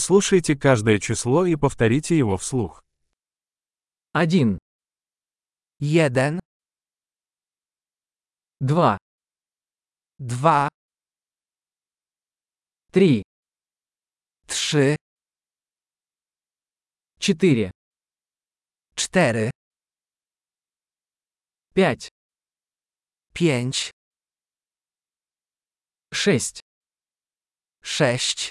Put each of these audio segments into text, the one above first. Прослушайте каждое число и повторите его вслух. Один, Jeden, два, dwa, три, trzy, четыре, cztery, пять, pięć, шесть, sześć,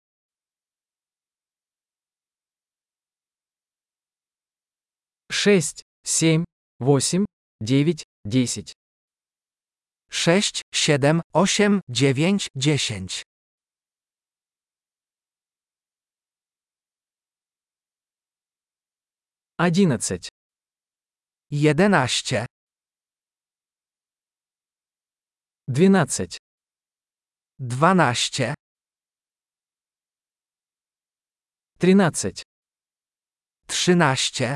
шесть, семь, восемь, девять, десять, sześć, siedem, osiem, dziewięć, dziesięć, одиннадцать, jedenaście, двенадцать, dwanaście, тринадцать, trzynaście,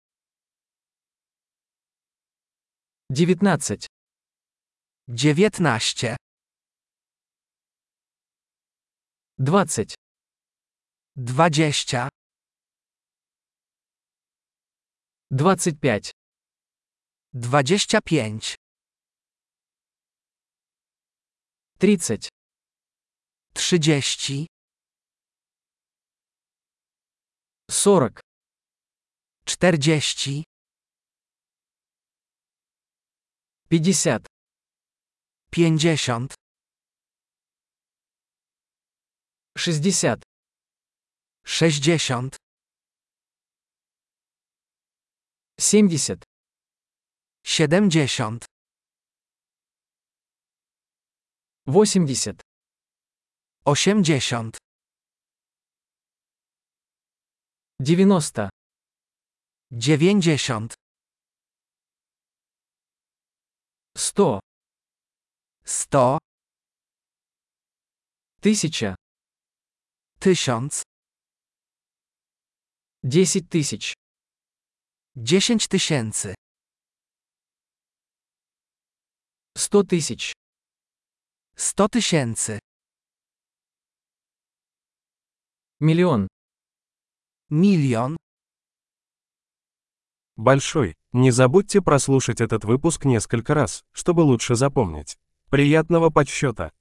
девятнадцать, dziewiętnaście, двадцать, dwadzieścia, двадцать пять, dwadzieścia pięć, тридцать, trzydzieści, сорок, czterdzieści, пятьдесят, pięćdziesiąt, шестьдесят, sześćdziesiąt, семьдесят, siedemdziesiąt, восемьдесят. osiemdziesiąt, 90, dziewięćdziesiąt, 100, sto, 1000, tysiąc, 10 тысяч, dziesięć tysięcy, 100 тысяч, sto tysięcy, миллион. milion. Большой. Не забудьте прослушать этот выпуск несколько раз, чтобы лучше запомнить. Приятного подсчета!